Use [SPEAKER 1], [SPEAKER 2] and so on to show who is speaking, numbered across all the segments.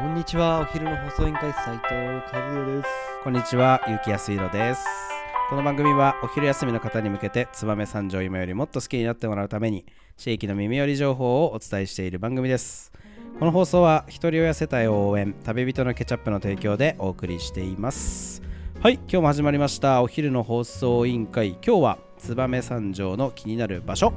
[SPEAKER 1] こんにちはお昼の放送委員会斉藤和也です
[SPEAKER 2] こんにちは、ゆうきやすいろです。この番組はお昼休みの方に向けて、燕三条を今よりもっと好きになってもらうために、地域の耳寄り情報をお伝えしている番組です。この放送は、ひとり親世帯を応援、旅人のケチャップの提供でお送りしています。はい、今日も始まりました、お昼の放送委員会。今日は、燕三条の気になる場所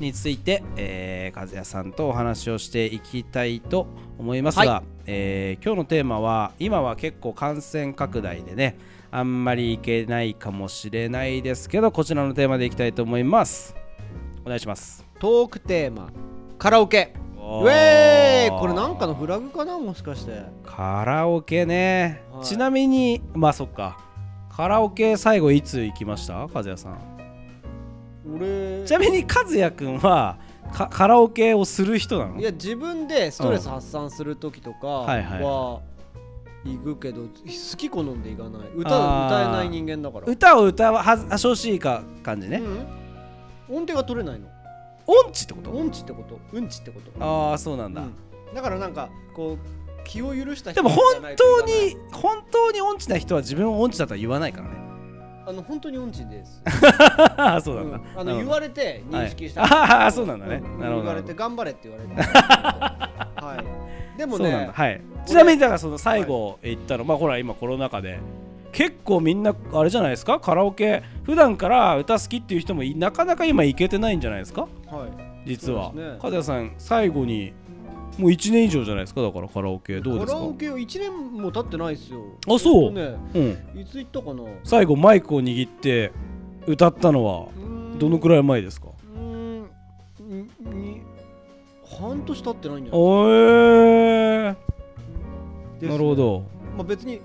[SPEAKER 2] について、えー、和也さんとお話をしていきたいと思いますが、えー今日のテーマは今は結構感染拡大でねあんまりいけないかもしれないですけどこちらのテーマでいきたいと思いますお願いします
[SPEAKER 1] トークテーマカラオケ
[SPEAKER 2] ウ
[SPEAKER 1] ウェーイこれなんかのフラグかなもしかして
[SPEAKER 2] カラオケね、
[SPEAKER 1] はい
[SPEAKER 2] ちなみにまあそっかカラオケ最後いつ行きました和也さん
[SPEAKER 1] 俺
[SPEAKER 2] ちなみに和也くんはかカラオケをする人なの
[SPEAKER 1] いや自分でストレス発散する時とか
[SPEAKER 2] いはい
[SPEAKER 1] は行くけど好き好んで行かない歌
[SPEAKER 2] あー
[SPEAKER 1] 歌えない人間だから
[SPEAKER 2] 歌を歌わはずは少しいいか感じね、
[SPEAKER 1] うん、音程が取れないの
[SPEAKER 2] 音痴ってこと
[SPEAKER 1] 音痴ってことうんちってこと
[SPEAKER 2] ああそうなんだ、
[SPEAKER 1] うんだからなんかこう気を許した人
[SPEAKER 2] でも本
[SPEAKER 1] じゃないと
[SPEAKER 2] 当
[SPEAKER 1] 行かない
[SPEAKER 2] に本当に音痴な人は自分を音痴だとは言わないからね。
[SPEAKER 1] あの本当に音痴です
[SPEAKER 2] あ あそうなんだ。
[SPEAKER 1] あの
[SPEAKER 2] なるほど
[SPEAKER 1] 言われて認識した、
[SPEAKER 2] はいあーそうなんだね
[SPEAKER 1] ん言わ
[SPEAKER 2] なるほど
[SPEAKER 1] れ
[SPEAKER 2] なるほ
[SPEAKER 1] て頑張れって言われ てはいでも
[SPEAKER 2] そうなんだ
[SPEAKER 1] ね
[SPEAKER 2] はい。
[SPEAKER 1] 俺
[SPEAKER 2] ちなみにだからその最後行ったの、まあほら今コロナ禍で結構みんなあれじゃないですかカラオケ普段から歌好きっていう人もいなかなか今行けてないんじゃないですか
[SPEAKER 1] はい
[SPEAKER 2] 実は。
[SPEAKER 1] そうですね
[SPEAKER 2] 和也さん最後にもう1年以上じゃないですかだからカラオケどうで
[SPEAKER 1] カ
[SPEAKER 2] す
[SPEAKER 1] ラ
[SPEAKER 2] か
[SPEAKER 1] オケを1年も経ってないですよ
[SPEAKER 2] あそ
[SPEAKER 1] ほ
[SPEAKER 2] う
[SPEAKER 1] んとね
[SPEAKER 2] うん。
[SPEAKER 1] いつ行ったかな
[SPEAKER 2] 最後マイクを握って歌ったのはどのく
[SPEAKER 1] らい
[SPEAKER 2] らい前ですか。
[SPEAKER 1] うーんにに半年経ってないんじゃない
[SPEAKER 2] おえー、
[SPEAKER 1] ですね
[SPEAKER 2] なるほど。
[SPEAKER 1] まあ別に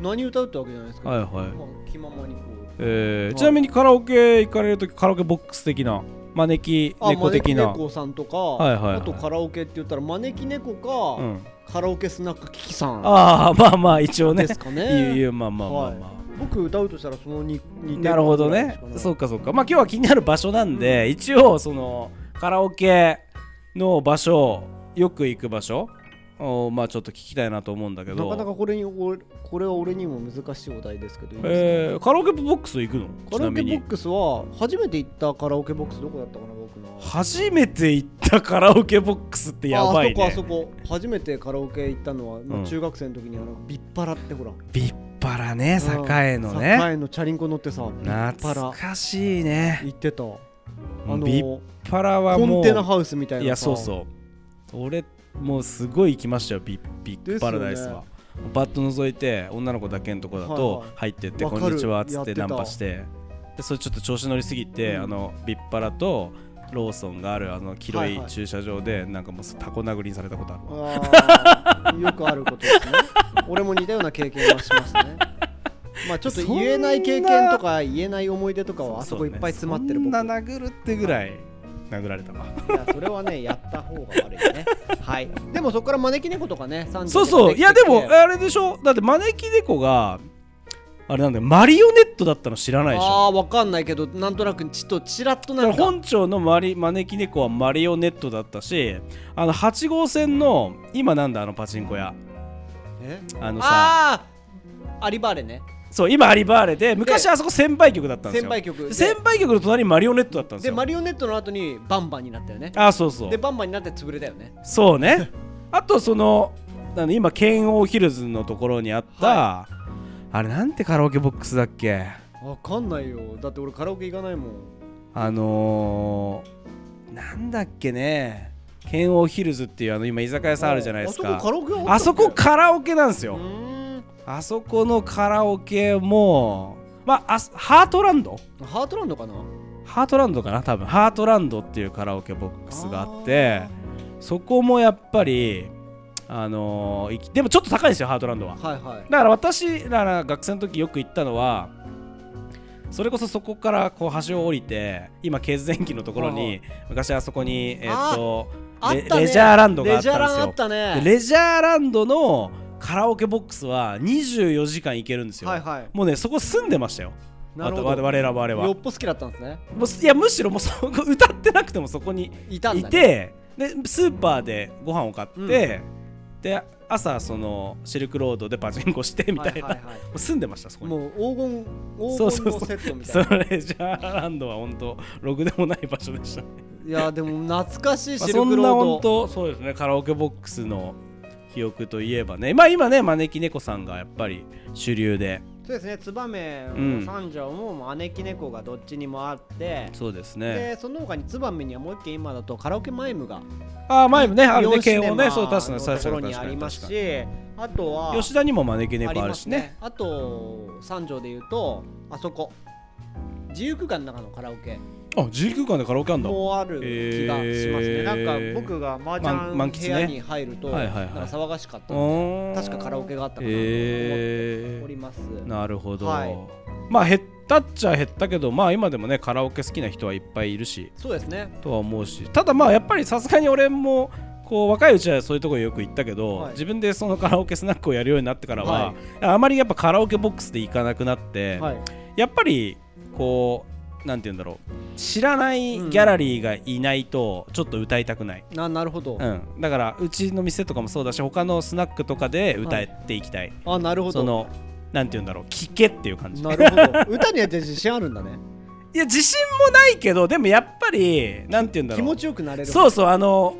[SPEAKER 1] 何歌うってわけじゃないですか
[SPEAKER 2] はいはい。
[SPEAKER 1] まあ気ままにこう
[SPEAKER 2] え
[SPEAKER 1] はい
[SPEAKER 2] ー、ちなみにカラオケ行かれるときカラオケボックス的な招き
[SPEAKER 1] あ
[SPEAKER 2] 猫的な、
[SPEAKER 1] 招き猫さんとか、
[SPEAKER 2] いはいはい
[SPEAKER 1] あとカラオケって言ったら招き猫
[SPEAKER 2] う
[SPEAKER 1] か、
[SPEAKER 2] ん、
[SPEAKER 1] カラオケスナックキキさん
[SPEAKER 2] ああまあまあ一応ね
[SPEAKER 1] ですか
[SPEAKER 2] い
[SPEAKER 1] ね
[SPEAKER 2] やいやまあまあまあまあ、
[SPEAKER 1] 僕歌うとしたらそのに似て
[SPEAKER 2] なるほどねそうかそうかまあ今日は気になる場所なんで、一応そのカラオケの場所よく行く場所をまあちょっと聞きたいなと思うんだけ
[SPEAKER 1] な
[SPEAKER 2] ど
[SPEAKER 1] かなかこれにおこれは俺にも難しいお題ですけどいいで
[SPEAKER 2] えー、カラオケボックス行くの
[SPEAKER 1] すか
[SPEAKER 2] ち
[SPEAKER 1] カラ
[SPEAKER 2] な
[SPEAKER 1] オケ
[SPEAKER 2] み
[SPEAKER 1] ボッ
[SPEAKER 2] に
[SPEAKER 1] クスは初めて行ったカラオケボックスどこだったかな僕の
[SPEAKER 2] 初めて行ったカラオケボックス ってやばいね
[SPEAKER 1] あそこあそこ初めてカラオケ行ったのは、まあ
[SPEAKER 2] うん
[SPEAKER 1] 中学生の時にあのビッパラってほら
[SPEAKER 2] 立派なね栄のね
[SPEAKER 1] 栄のチャリンコ乗ってさビッパ
[SPEAKER 2] 懐
[SPEAKER 1] ラ
[SPEAKER 2] かしいね
[SPEAKER 1] 行ってたあの
[SPEAKER 2] ビッパラは
[SPEAKER 1] コ
[SPEAKER 2] も
[SPEAKER 1] ン
[SPEAKER 2] う
[SPEAKER 1] テナハウスみたいない
[SPEAKER 2] やそうそう俺もうすごい行きましたよビッビッグパラダイス
[SPEAKER 1] です
[SPEAKER 2] は、
[SPEAKER 1] よ
[SPEAKER 2] バッと覗いて女の子だけのとこだ
[SPEAKER 1] は
[SPEAKER 2] と
[SPEAKER 1] いはい
[SPEAKER 2] 入ってって「
[SPEAKER 1] わかる
[SPEAKER 2] こんにちは」っつ
[SPEAKER 1] や
[SPEAKER 2] っ
[SPEAKER 1] って
[SPEAKER 2] て
[SPEAKER 1] た
[SPEAKER 2] ナンパしてでそれちょっと調子乗りすぎて、
[SPEAKER 1] うん
[SPEAKER 2] あのビッパラとローソンがあるあの広
[SPEAKER 1] はい
[SPEAKER 2] い
[SPEAKER 1] はい
[SPEAKER 2] 駐車場でなんかもうタコ殴りにされたことあるわ、
[SPEAKER 1] あーよくあることですね俺も似たような経験はしますねまあちょっと言えない経験とか言えない思い出とかはあそこいっぱい詰まってる
[SPEAKER 2] そ
[SPEAKER 1] 僕
[SPEAKER 2] ん
[SPEAKER 1] い
[SPEAKER 2] な殴るってぐらい殴られたわ
[SPEAKER 1] やそれはねやった方が悪いねはいでもそこから招き猫とかね30とか
[SPEAKER 2] そうそういや
[SPEAKER 1] き
[SPEAKER 2] で
[SPEAKER 1] て
[SPEAKER 2] もあれでしょだって招き猫があれなんだよマリオネットだったの知らないでしょ
[SPEAKER 1] あーわかんないけどなんとなくちょっとちらっと
[SPEAKER 2] だ
[SPEAKER 1] な
[SPEAKER 2] から
[SPEAKER 1] んか
[SPEAKER 2] 本庁のマリ招き猫はマリオネットだったしあの8号線の今なんだあのパチンコ屋
[SPEAKER 1] え
[SPEAKER 2] あのさ
[SPEAKER 1] ああアリバーレね
[SPEAKER 2] そう今アリバーレで昔あそこ先輩局だったんです
[SPEAKER 1] 先
[SPEAKER 2] よ
[SPEAKER 1] 輩曲
[SPEAKER 2] 先輩局の隣にマリオネットだったんです
[SPEAKER 1] で
[SPEAKER 2] よ
[SPEAKER 1] マリオネットの後にバンバンになったよね
[SPEAKER 2] あそうそう
[SPEAKER 1] でバンバンになって潰れたよね
[SPEAKER 2] そう ねあとそのあの今剣王ヒルズのところにあった、あれなんてカラオケボックスだっけ
[SPEAKER 1] わかんないよだって俺カラオケ行かないもん
[SPEAKER 2] あのー、なんだっけね剣王ヒルズっていうあの今居酒屋さんあるじゃないですか
[SPEAKER 1] あそこカラオケ屋
[SPEAKER 2] あそこカラオケなんです
[SPEAKER 1] う
[SPEAKER 2] よ
[SPEAKER 1] ーん
[SPEAKER 2] あそこのカラオケもまああすハートランド
[SPEAKER 1] ハートランドかな
[SPEAKER 2] ハートランドかな多分ハートランドっていうカラオケボックスがあってそこもやっぱりあのーいきでもちょっと高いんですよハートランドは
[SPEAKER 1] あーはいはい
[SPEAKER 2] だから私らが学生の時よく行ったのはそれこそそこからこう橋を降りて今ケーズ電機のところ
[SPEAKER 1] はいは
[SPEAKER 2] に昔あそこにえーっと
[SPEAKER 1] あ
[SPEAKER 2] レ
[SPEAKER 1] ったね
[SPEAKER 2] レジャーランドがあ
[SPEAKER 1] レ
[SPEAKER 2] っ
[SPEAKER 1] ジャー
[SPEAKER 2] たん
[SPEAKER 1] ラ
[SPEAKER 2] です
[SPEAKER 1] ンあ
[SPEAKER 2] よ
[SPEAKER 1] った
[SPEAKER 2] で
[SPEAKER 1] ね
[SPEAKER 2] レジャーランドのカラオケボックスは24時間行けるんですよ、
[SPEAKER 1] はいはい
[SPEAKER 2] もうねそこ住んでましたよ
[SPEAKER 1] なるほ
[SPEAKER 2] わた
[SPEAKER 1] ど
[SPEAKER 2] 我ら我々は
[SPEAKER 1] よっぽ好きだったんですね
[SPEAKER 2] もうすいやむしろもうそこ歌ってなくてもそこに
[SPEAKER 1] いたん
[SPEAKER 2] い
[SPEAKER 1] だね
[SPEAKER 2] てでスーパーでご飯を買って、
[SPEAKER 1] うん
[SPEAKER 2] でで朝そのシルクロードでパチンコしてみたいな、
[SPEAKER 1] はいはいはい
[SPEAKER 2] もう住んでましたそこに
[SPEAKER 1] もう黄金
[SPEAKER 2] そう
[SPEAKER 1] 黄
[SPEAKER 2] そ
[SPEAKER 1] 金
[SPEAKER 2] うそう
[SPEAKER 1] のセットみたい
[SPEAKER 2] そ
[SPEAKER 1] な
[SPEAKER 2] れじゃあランドは本当ろくでもない場所でしたね、
[SPEAKER 1] いやでも懐かしい
[SPEAKER 2] ま
[SPEAKER 1] シ
[SPEAKER 2] あ
[SPEAKER 1] ル
[SPEAKER 2] そ
[SPEAKER 1] ク
[SPEAKER 2] んな
[SPEAKER 1] ロ
[SPEAKER 2] 本
[SPEAKER 1] ード、
[SPEAKER 2] 当そうですねカラオケボックスの記憶といえばねまあ今ね招き猫さんがやっぱり主流で
[SPEAKER 1] そうですね燕
[SPEAKER 2] うん
[SPEAKER 1] も三条も招き猫がどっちにもあって、
[SPEAKER 2] そうですね
[SPEAKER 1] でその他に燕にはもう一軒今だとカラオケマイムが
[SPEAKER 2] ああ前もねあるね
[SPEAKER 1] イオンシネ
[SPEAKER 2] 慶
[SPEAKER 1] マ
[SPEAKER 2] 応ねそう確か
[SPEAKER 1] の
[SPEAKER 2] に
[SPEAKER 1] と
[SPEAKER 2] 確
[SPEAKER 1] こ
[SPEAKER 2] か
[SPEAKER 1] ろ
[SPEAKER 2] に
[SPEAKER 1] に
[SPEAKER 2] 確
[SPEAKER 1] あ
[SPEAKER 2] か
[SPEAKER 1] り
[SPEAKER 2] に
[SPEAKER 1] ま
[SPEAKER 2] 確
[SPEAKER 1] す
[SPEAKER 2] か
[SPEAKER 1] しあとは
[SPEAKER 2] に吉田にも招き
[SPEAKER 1] あ
[SPEAKER 2] 猫
[SPEAKER 1] り
[SPEAKER 2] あ
[SPEAKER 1] ま
[SPEAKER 2] る
[SPEAKER 1] す
[SPEAKER 2] しね
[SPEAKER 1] ねあと三条で言うとあそこ自由空間の中のカラオケ
[SPEAKER 2] あ自由空間でカラオケあんだ
[SPEAKER 1] もうある気がしますね、
[SPEAKER 2] へー
[SPEAKER 1] なんか僕が麻
[SPEAKER 2] 満満
[SPEAKER 1] 雀
[SPEAKER 2] 喫ね
[SPEAKER 1] 部屋に入ると、
[SPEAKER 2] はいはいはい
[SPEAKER 1] なんか騒がしかったんで
[SPEAKER 2] 確
[SPEAKER 1] 確かカラオケがあったかなと思
[SPEAKER 2] え
[SPEAKER 1] おります
[SPEAKER 2] なるほど、
[SPEAKER 1] はい
[SPEAKER 2] まあ減ったっちゃ減ったけどまあ今でもねカラオケ好きな人はいっぱいいるし
[SPEAKER 1] そうですね
[SPEAKER 2] とは思うしただまあやっぱりさすがに俺もこう若いうちはそういうところよく行ったけど、
[SPEAKER 1] はい
[SPEAKER 2] 自分でそのカラオケスナックをやるようになってからは、
[SPEAKER 1] は
[SPEAKER 2] あまりやっぱカラオケボックスで行かなくなって、
[SPEAKER 1] はい
[SPEAKER 2] やっぱりこうなんて言うんだろう知らないギャラリーがいないとちょっと歌いたくない、
[SPEAKER 1] ななるほど、
[SPEAKER 2] うん、だからうちの店とかもそうだし他のスナックとかで歌っていきたい、
[SPEAKER 1] あなるほ
[SPEAKER 2] そ
[SPEAKER 1] ど
[SPEAKER 2] のなんて言うんだろう聞けっていう感じ
[SPEAKER 1] なるほど歌には自信あるん だね
[SPEAKER 2] いや自信もないけどでもやっぱりなんて言うんだろ
[SPEAKER 1] 気
[SPEAKER 2] う
[SPEAKER 1] 持ちよくなれる
[SPEAKER 2] そうそうあの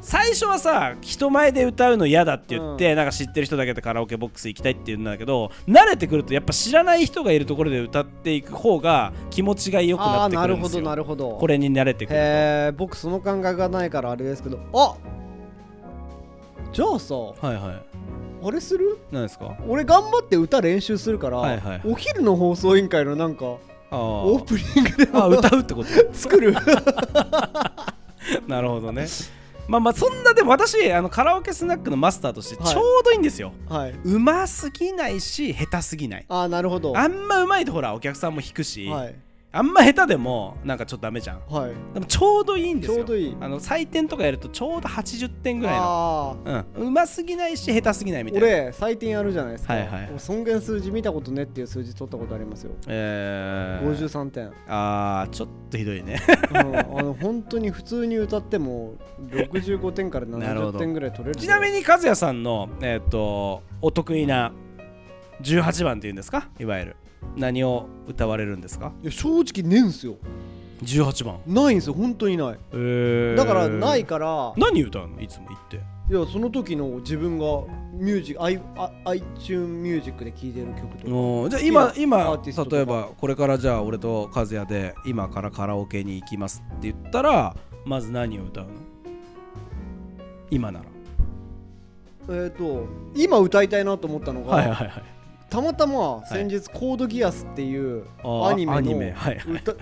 [SPEAKER 2] 最初はさ人前で歌うの嫌だって言って、なんか知ってる人だけでカラオケボックス行きたいって言うんだけど慣れてくるとやっぱ知らない人がいるところで歌っていく方が気持ちが良くな
[SPEAKER 1] ああ
[SPEAKER 2] って
[SPEAKER 1] な
[SPEAKER 2] くる
[SPEAKER 1] る
[SPEAKER 2] んで
[SPEAKER 1] ほ
[SPEAKER 2] す
[SPEAKER 1] ど
[SPEAKER 2] よ
[SPEAKER 1] なるほど
[SPEAKER 2] これに慣れてくる
[SPEAKER 1] へえ僕その感覚がないからあれですけどあじゃあさ
[SPEAKER 2] はいはい
[SPEAKER 1] あれする
[SPEAKER 2] 何ですか
[SPEAKER 1] 俺頑張って歌練習するから、
[SPEAKER 2] はいはいはい
[SPEAKER 1] お昼の放送委員会のなんか
[SPEAKER 2] あ
[SPEAKER 1] オー
[SPEAKER 2] ー
[SPEAKER 1] プニングで
[SPEAKER 2] あ
[SPEAKER 1] も
[SPEAKER 2] 歌うってこと
[SPEAKER 1] 作る
[SPEAKER 2] なるほどねまあまあそんなでも私あのカラオケスナックのマスターとしてちょうどいいんですよ、
[SPEAKER 1] はいう
[SPEAKER 2] ますぎないし下手すぎない
[SPEAKER 1] ああなるほど
[SPEAKER 2] あんまうまいとほらお客さんも引くし、
[SPEAKER 1] はい
[SPEAKER 2] あんま下手でもなんかちょっとダメじゃん
[SPEAKER 1] はい
[SPEAKER 2] でもちょうどいいんですよ
[SPEAKER 1] ちょうどいい
[SPEAKER 2] あの採点とかやるとちょうど80点ぐらいの
[SPEAKER 1] ああ
[SPEAKER 2] うんうますぎないし下手すぎないみたいな
[SPEAKER 1] 俺採点やるじゃないですか、
[SPEAKER 2] はいはい
[SPEAKER 1] 俺尊厳数字見たことねっていう数字取ったことありますよ
[SPEAKER 2] えー、
[SPEAKER 1] 53点、うん、
[SPEAKER 2] あーちょっとひどいね
[SPEAKER 1] あの本当に普通に歌っても65点から
[SPEAKER 2] なるほ
[SPEAKER 1] 70
[SPEAKER 2] ど
[SPEAKER 1] 点ぐらい取れる
[SPEAKER 2] ちなみに和也さんのえっ、とお得意な18番っていうんですかいわゆる何を歌われるんですか
[SPEAKER 1] いや正直ねえんすよ
[SPEAKER 2] 18番
[SPEAKER 1] ないんですよ本当にない
[SPEAKER 2] えー
[SPEAKER 1] だからないから
[SPEAKER 2] 何歌うのいつも言って
[SPEAKER 1] いやその時の自分がミュージック i- あ iTune ミュージックで聴いてる曲とか
[SPEAKER 2] おーじゃあ
[SPEAKER 1] 好
[SPEAKER 2] 今
[SPEAKER 1] きなアー
[SPEAKER 2] 今
[SPEAKER 1] ティストとか
[SPEAKER 2] 例えばこれからじゃあ俺と和也で今からカラオケに行きますって言ったらまず何を歌うの今なら
[SPEAKER 1] えっ、と今歌いたいなと思ったのが、
[SPEAKER 2] いはい
[SPEAKER 1] たまたま先日「コードギアス」っていう
[SPEAKER 2] あー
[SPEAKER 1] アニメの
[SPEAKER 2] アニメはいはい
[SPEAKER 1] 歌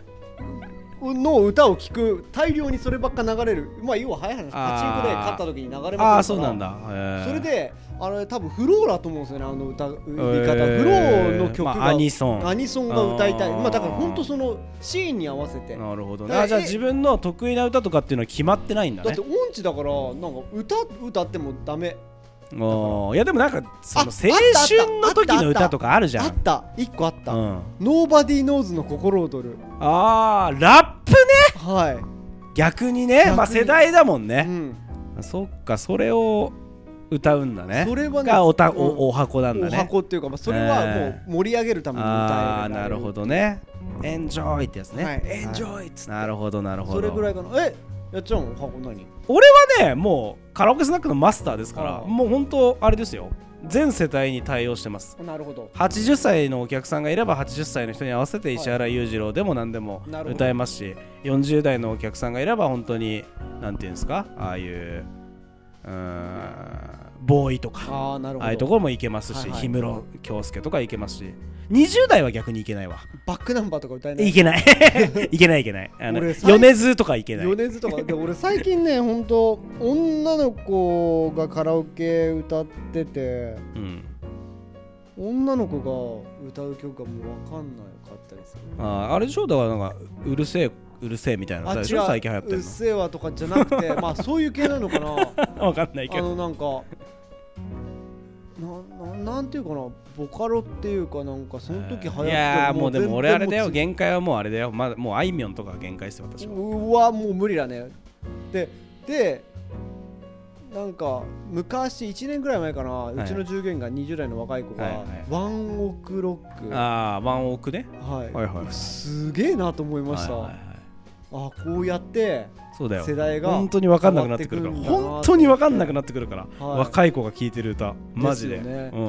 [SPEAKER 1] の歌を聴く大量にそればっか流れるまあ要は早い話
[SPEAKER 2] あー
[SPEAKER 1] パチンコで勝った時に流れまくるから
[SPEAKER 2] ああそうなんだへー
[SPEAKER 1] それであれ多分フローラと思うんですよねあの歌言い方、
[SPEAKER 2] えー
[SPEAKER 1] フローの曲が、
[SPEAKER 2] まあアニソン
[SPEAKER 1] アニソンが歌いたい
[SPEAKER 2] あー
[SPEAKER 1] まあだから本当そのシーンに合わせてだ
[SPEAKER 2] なるほどね
[SPEAKER 1] だから
[SPEAKER 2] あじゃあ
[SPEAKER 1] え
[SPEAKER 2] 自分の得意な歌とかっていうのは決まってないんだね
[SPEAKER 1] って音痴だからなんか歌歌ってもダメ
[SPEAKER 2] おーいやでもなんかその
[SPEAKER 1] あ
[SPEAKER 2] 青春の時の歌とかあるじゃん
[SPEAKER 1] あった一個あった、
[SPEAKER 2] うん、
[SPEAKER 1] ノーバディーノーズの心躍る
[SPEAKER 2] あーラップね
[SPEAKER 1] はい
[SPEAKER 2] 逆にねまあ
[SPEAKER 1] 逆に
[SPEAKER 2] 世代だもんね、
[SPEAKER 1] うん、
[SPEAKER 2] そっかそれを歌うんだね
[SPEAKER 1] それはね
[SPEAKER 2] がおた、
[SPEAKER 1] うん
[SPEAKER 2] おお箱なんだ
[SPEAKER 1] お
[SPEAKER 2] ね
[SPEAKER 1] 箱っていうか、まあ、それはも
[SPEAKER 2] え
[SPEAKER 1] う盛り上げるために歌える
[SPEAKER 2] ああーなるほ
[SPEAKER 1] ど
[SPEAKER 2] どねエンジョイってやつね、
[SPEAKER 1] はい
[SPEAKER 2] エンジョイっつってなるほどなるほど
[SPEAKER 1] それぐらいかなえやっちゃうの箱何
[SPEAKER 2] 俺はねもうカラオケスナックのマスターですから
[SPEAKER 1] あー
[SPEAKER 2] もう本当あれですよ全世帯に対応してます
[SPEAKER 1] なるほど
[SPEAKER 2] 80歳のお客さんがいれば80歳の人に合わせて石原裕次郎でも何でも
[SPEAKER 1] なるほど
[SPEAKER 2] 歌えますし40代のお客さんがいれば本当になんていうんですかああいううーんボーイとか
[SPEAKER 1] ああなるほど
[SPEAKER 2] ああいうところも行けます
[SPEAKER 1] は
[SPEAKER 2] し
[SPEAKER 1] いはい
[SPEAKER 2] 氷室京介とか行けますし20代は逆に行けないわ
[SPEAKER 1] バックナンバーとか歌えない
[SPEAKER 2] いけない いけないいけないあの
[SPEAKER 1] 俺最
[SPEAKER 2] 米津とかいけない
[SPEAKER 1] 米津とかで俺最近ね本当女の子がカラオケ歌ってて
[SPEAKER 2] うん
[SPEAKER 1] 女の子が歌う曲がもう分かんなかったりする
[SPEAKER 2] あーあれでしょだからなんかうるせえうるせえみたいな
[SPEAKER 1] あ違
[SPEAKER 2] 歌で
[SPEAKER 1] う
[SPEAKER 2] しょ最近流行って
[SPEAKER 1] うっ
[SPEAKER 2] る
[SPEAKER 1] せえわとかじゃな くてまあそういう系なのかな
[SPEAKER 2] の わかんないけ
[SPEAKER 1] あ
[SPEAKER 2] ど
[SPEAKER 1] のなんかなななんていうかなボカロっていうかなんかその時流行って
[SPEAKER 2] いやーもうでも俺あれだよ
[SPEAKER 1] 全
[SPEAKER 2] 限界はもうあれだよまだもうあいみょんとかが限界ですよ私
[SPEAKER 1] 然
[SPEAKER 2] は
[SPEAKER 1] もううわもう無理だねででなんか昔1年ぐらい前かな、
[SPEAKER 2] いう
[SPEAKER 1] ちの従業員が20代の若い子が、
[SPEAKER 2] はいはい
[SPEAKER 1] ワンオクロック、は
[SPEAKER 2] ああワンオクね
[SPEAKER 1] い
[SPEAKER 2] はいはいはい
[SPEAKER 1] すげえなと思いました、
[SPEAKER 2] はいはいはい
[SPEAKER 1] あこうやって
[SPEAKER 2] そうだよ
[SPEAKER 1] 世代が
[SPEAKER 2] 本当に分かんなくなってくるから
[SPEAKER 1] 変わってくるんだな
[SPEAKER 2] 本当に分かんなくなってくるから、
[SPEAKER 1] はい
[SPEAKER 2] 若い子が聴いてる歌マジで
[SPEAKER 1] ですよね
[SPEAKER 2] うん、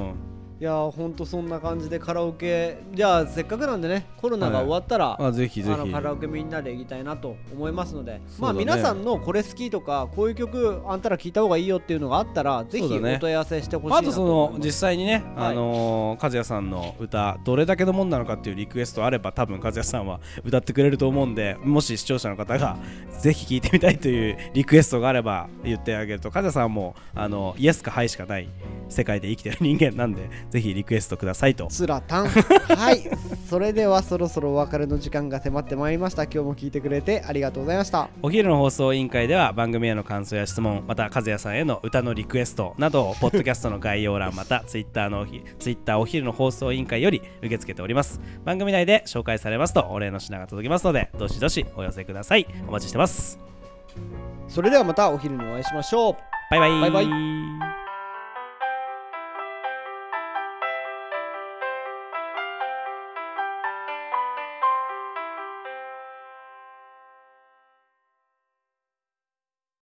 [SPEAKER 1] いやーほんとそんな感じでカラオケじゃあせっかくなんでねコロナが終わったら、
[SPEAKER 2] あぜひぜ
[SPEAKER 1] あの
[SPEAKER 2] ひ
[SPEAKER 1] カラオケみんなで行きたいなと思いますので、
[SPEAKER 2] そう
[SPEAKER 1] ま
[SPEAKER 2] だ
[SPEAKER 1] あ
[SPEAKER 2] ね
[SPEAKER 1] 皆さんのこれ好きとかこういう曲あんたら聞いた方がいいよっていうのがあったらぜひ
[SPEAKER 2] そうだね
[SPEAKER 1] お問い合わせしてほしいな
[SPEAKER 2] あ
[SPEAKER 1] と
[SPEAKER 2] とそ
[SPEAKER 1] 思
[SPEAKER 2] の
[SPEAKER 1] います
[SPEAKER 2] 実際にね、
[SPEAKER 1] はい
[SPEAKER 2] あのー和也さんの歌どれだけのもんなのかっていうリクエストあれば多分和也さんは 歌ってくれると思うんでもし視聴者の方がぜひ聴いてみたいというリクエストがあれば言ってあげると和也さんもあのイエスかハイしかない世界で生きてる人間なんでぜひリクエストくださいと
[SPEAKER 1] つら たんはいそれではそろそろお別れの時間が迫ってまいりました今日も聞いてくれてありがとうございました
[SPEAKER 2] お昼の放送委員会では番組への感想や質問また和也さんへの歌のリクエストなどをポッドキャストの概要欄またツイッターのひツイッターお昼の放送委員会より受け付けております番組内で紹介されますとお礼の品が届きますのでどしどしお寄せくださいお待ちしてます
[SPEAKER 1] それではまたお昼にお会いしましょう
[SPEAKER 2] バイバイ
[SPEAKER 1] バイバ
[SPEAKER 2] イ